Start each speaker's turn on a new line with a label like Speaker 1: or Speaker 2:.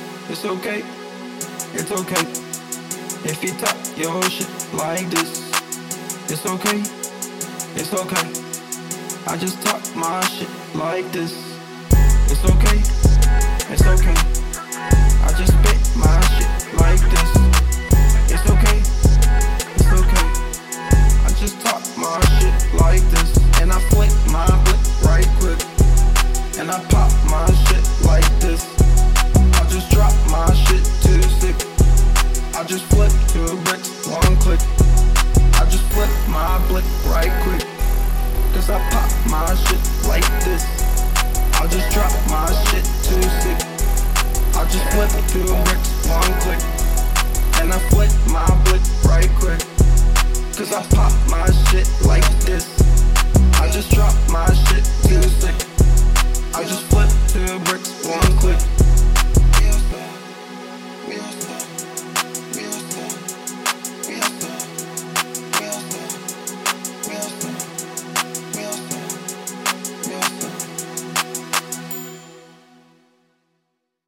Speaker 1: okay, it's okay. If you talk your shit like this, it's okay, it's okay. I just talk my shit like this, it's okay, it's okay. I just spit my shit like this, it's okay, it's okay. I just talk my shit like this, and I flick my blick right quick, and I pop my shit like this. I just drop my shit too sick. I just flip two bricks, one click. I just flip my blick right quick. Cause I pop my shit like this. I just drop my shit too sick. I just flip two bricks, one click. And I flip my blick right quick. Cause I pop my shit like this. I just drop my shit too sick. I just flip two bricks, one click.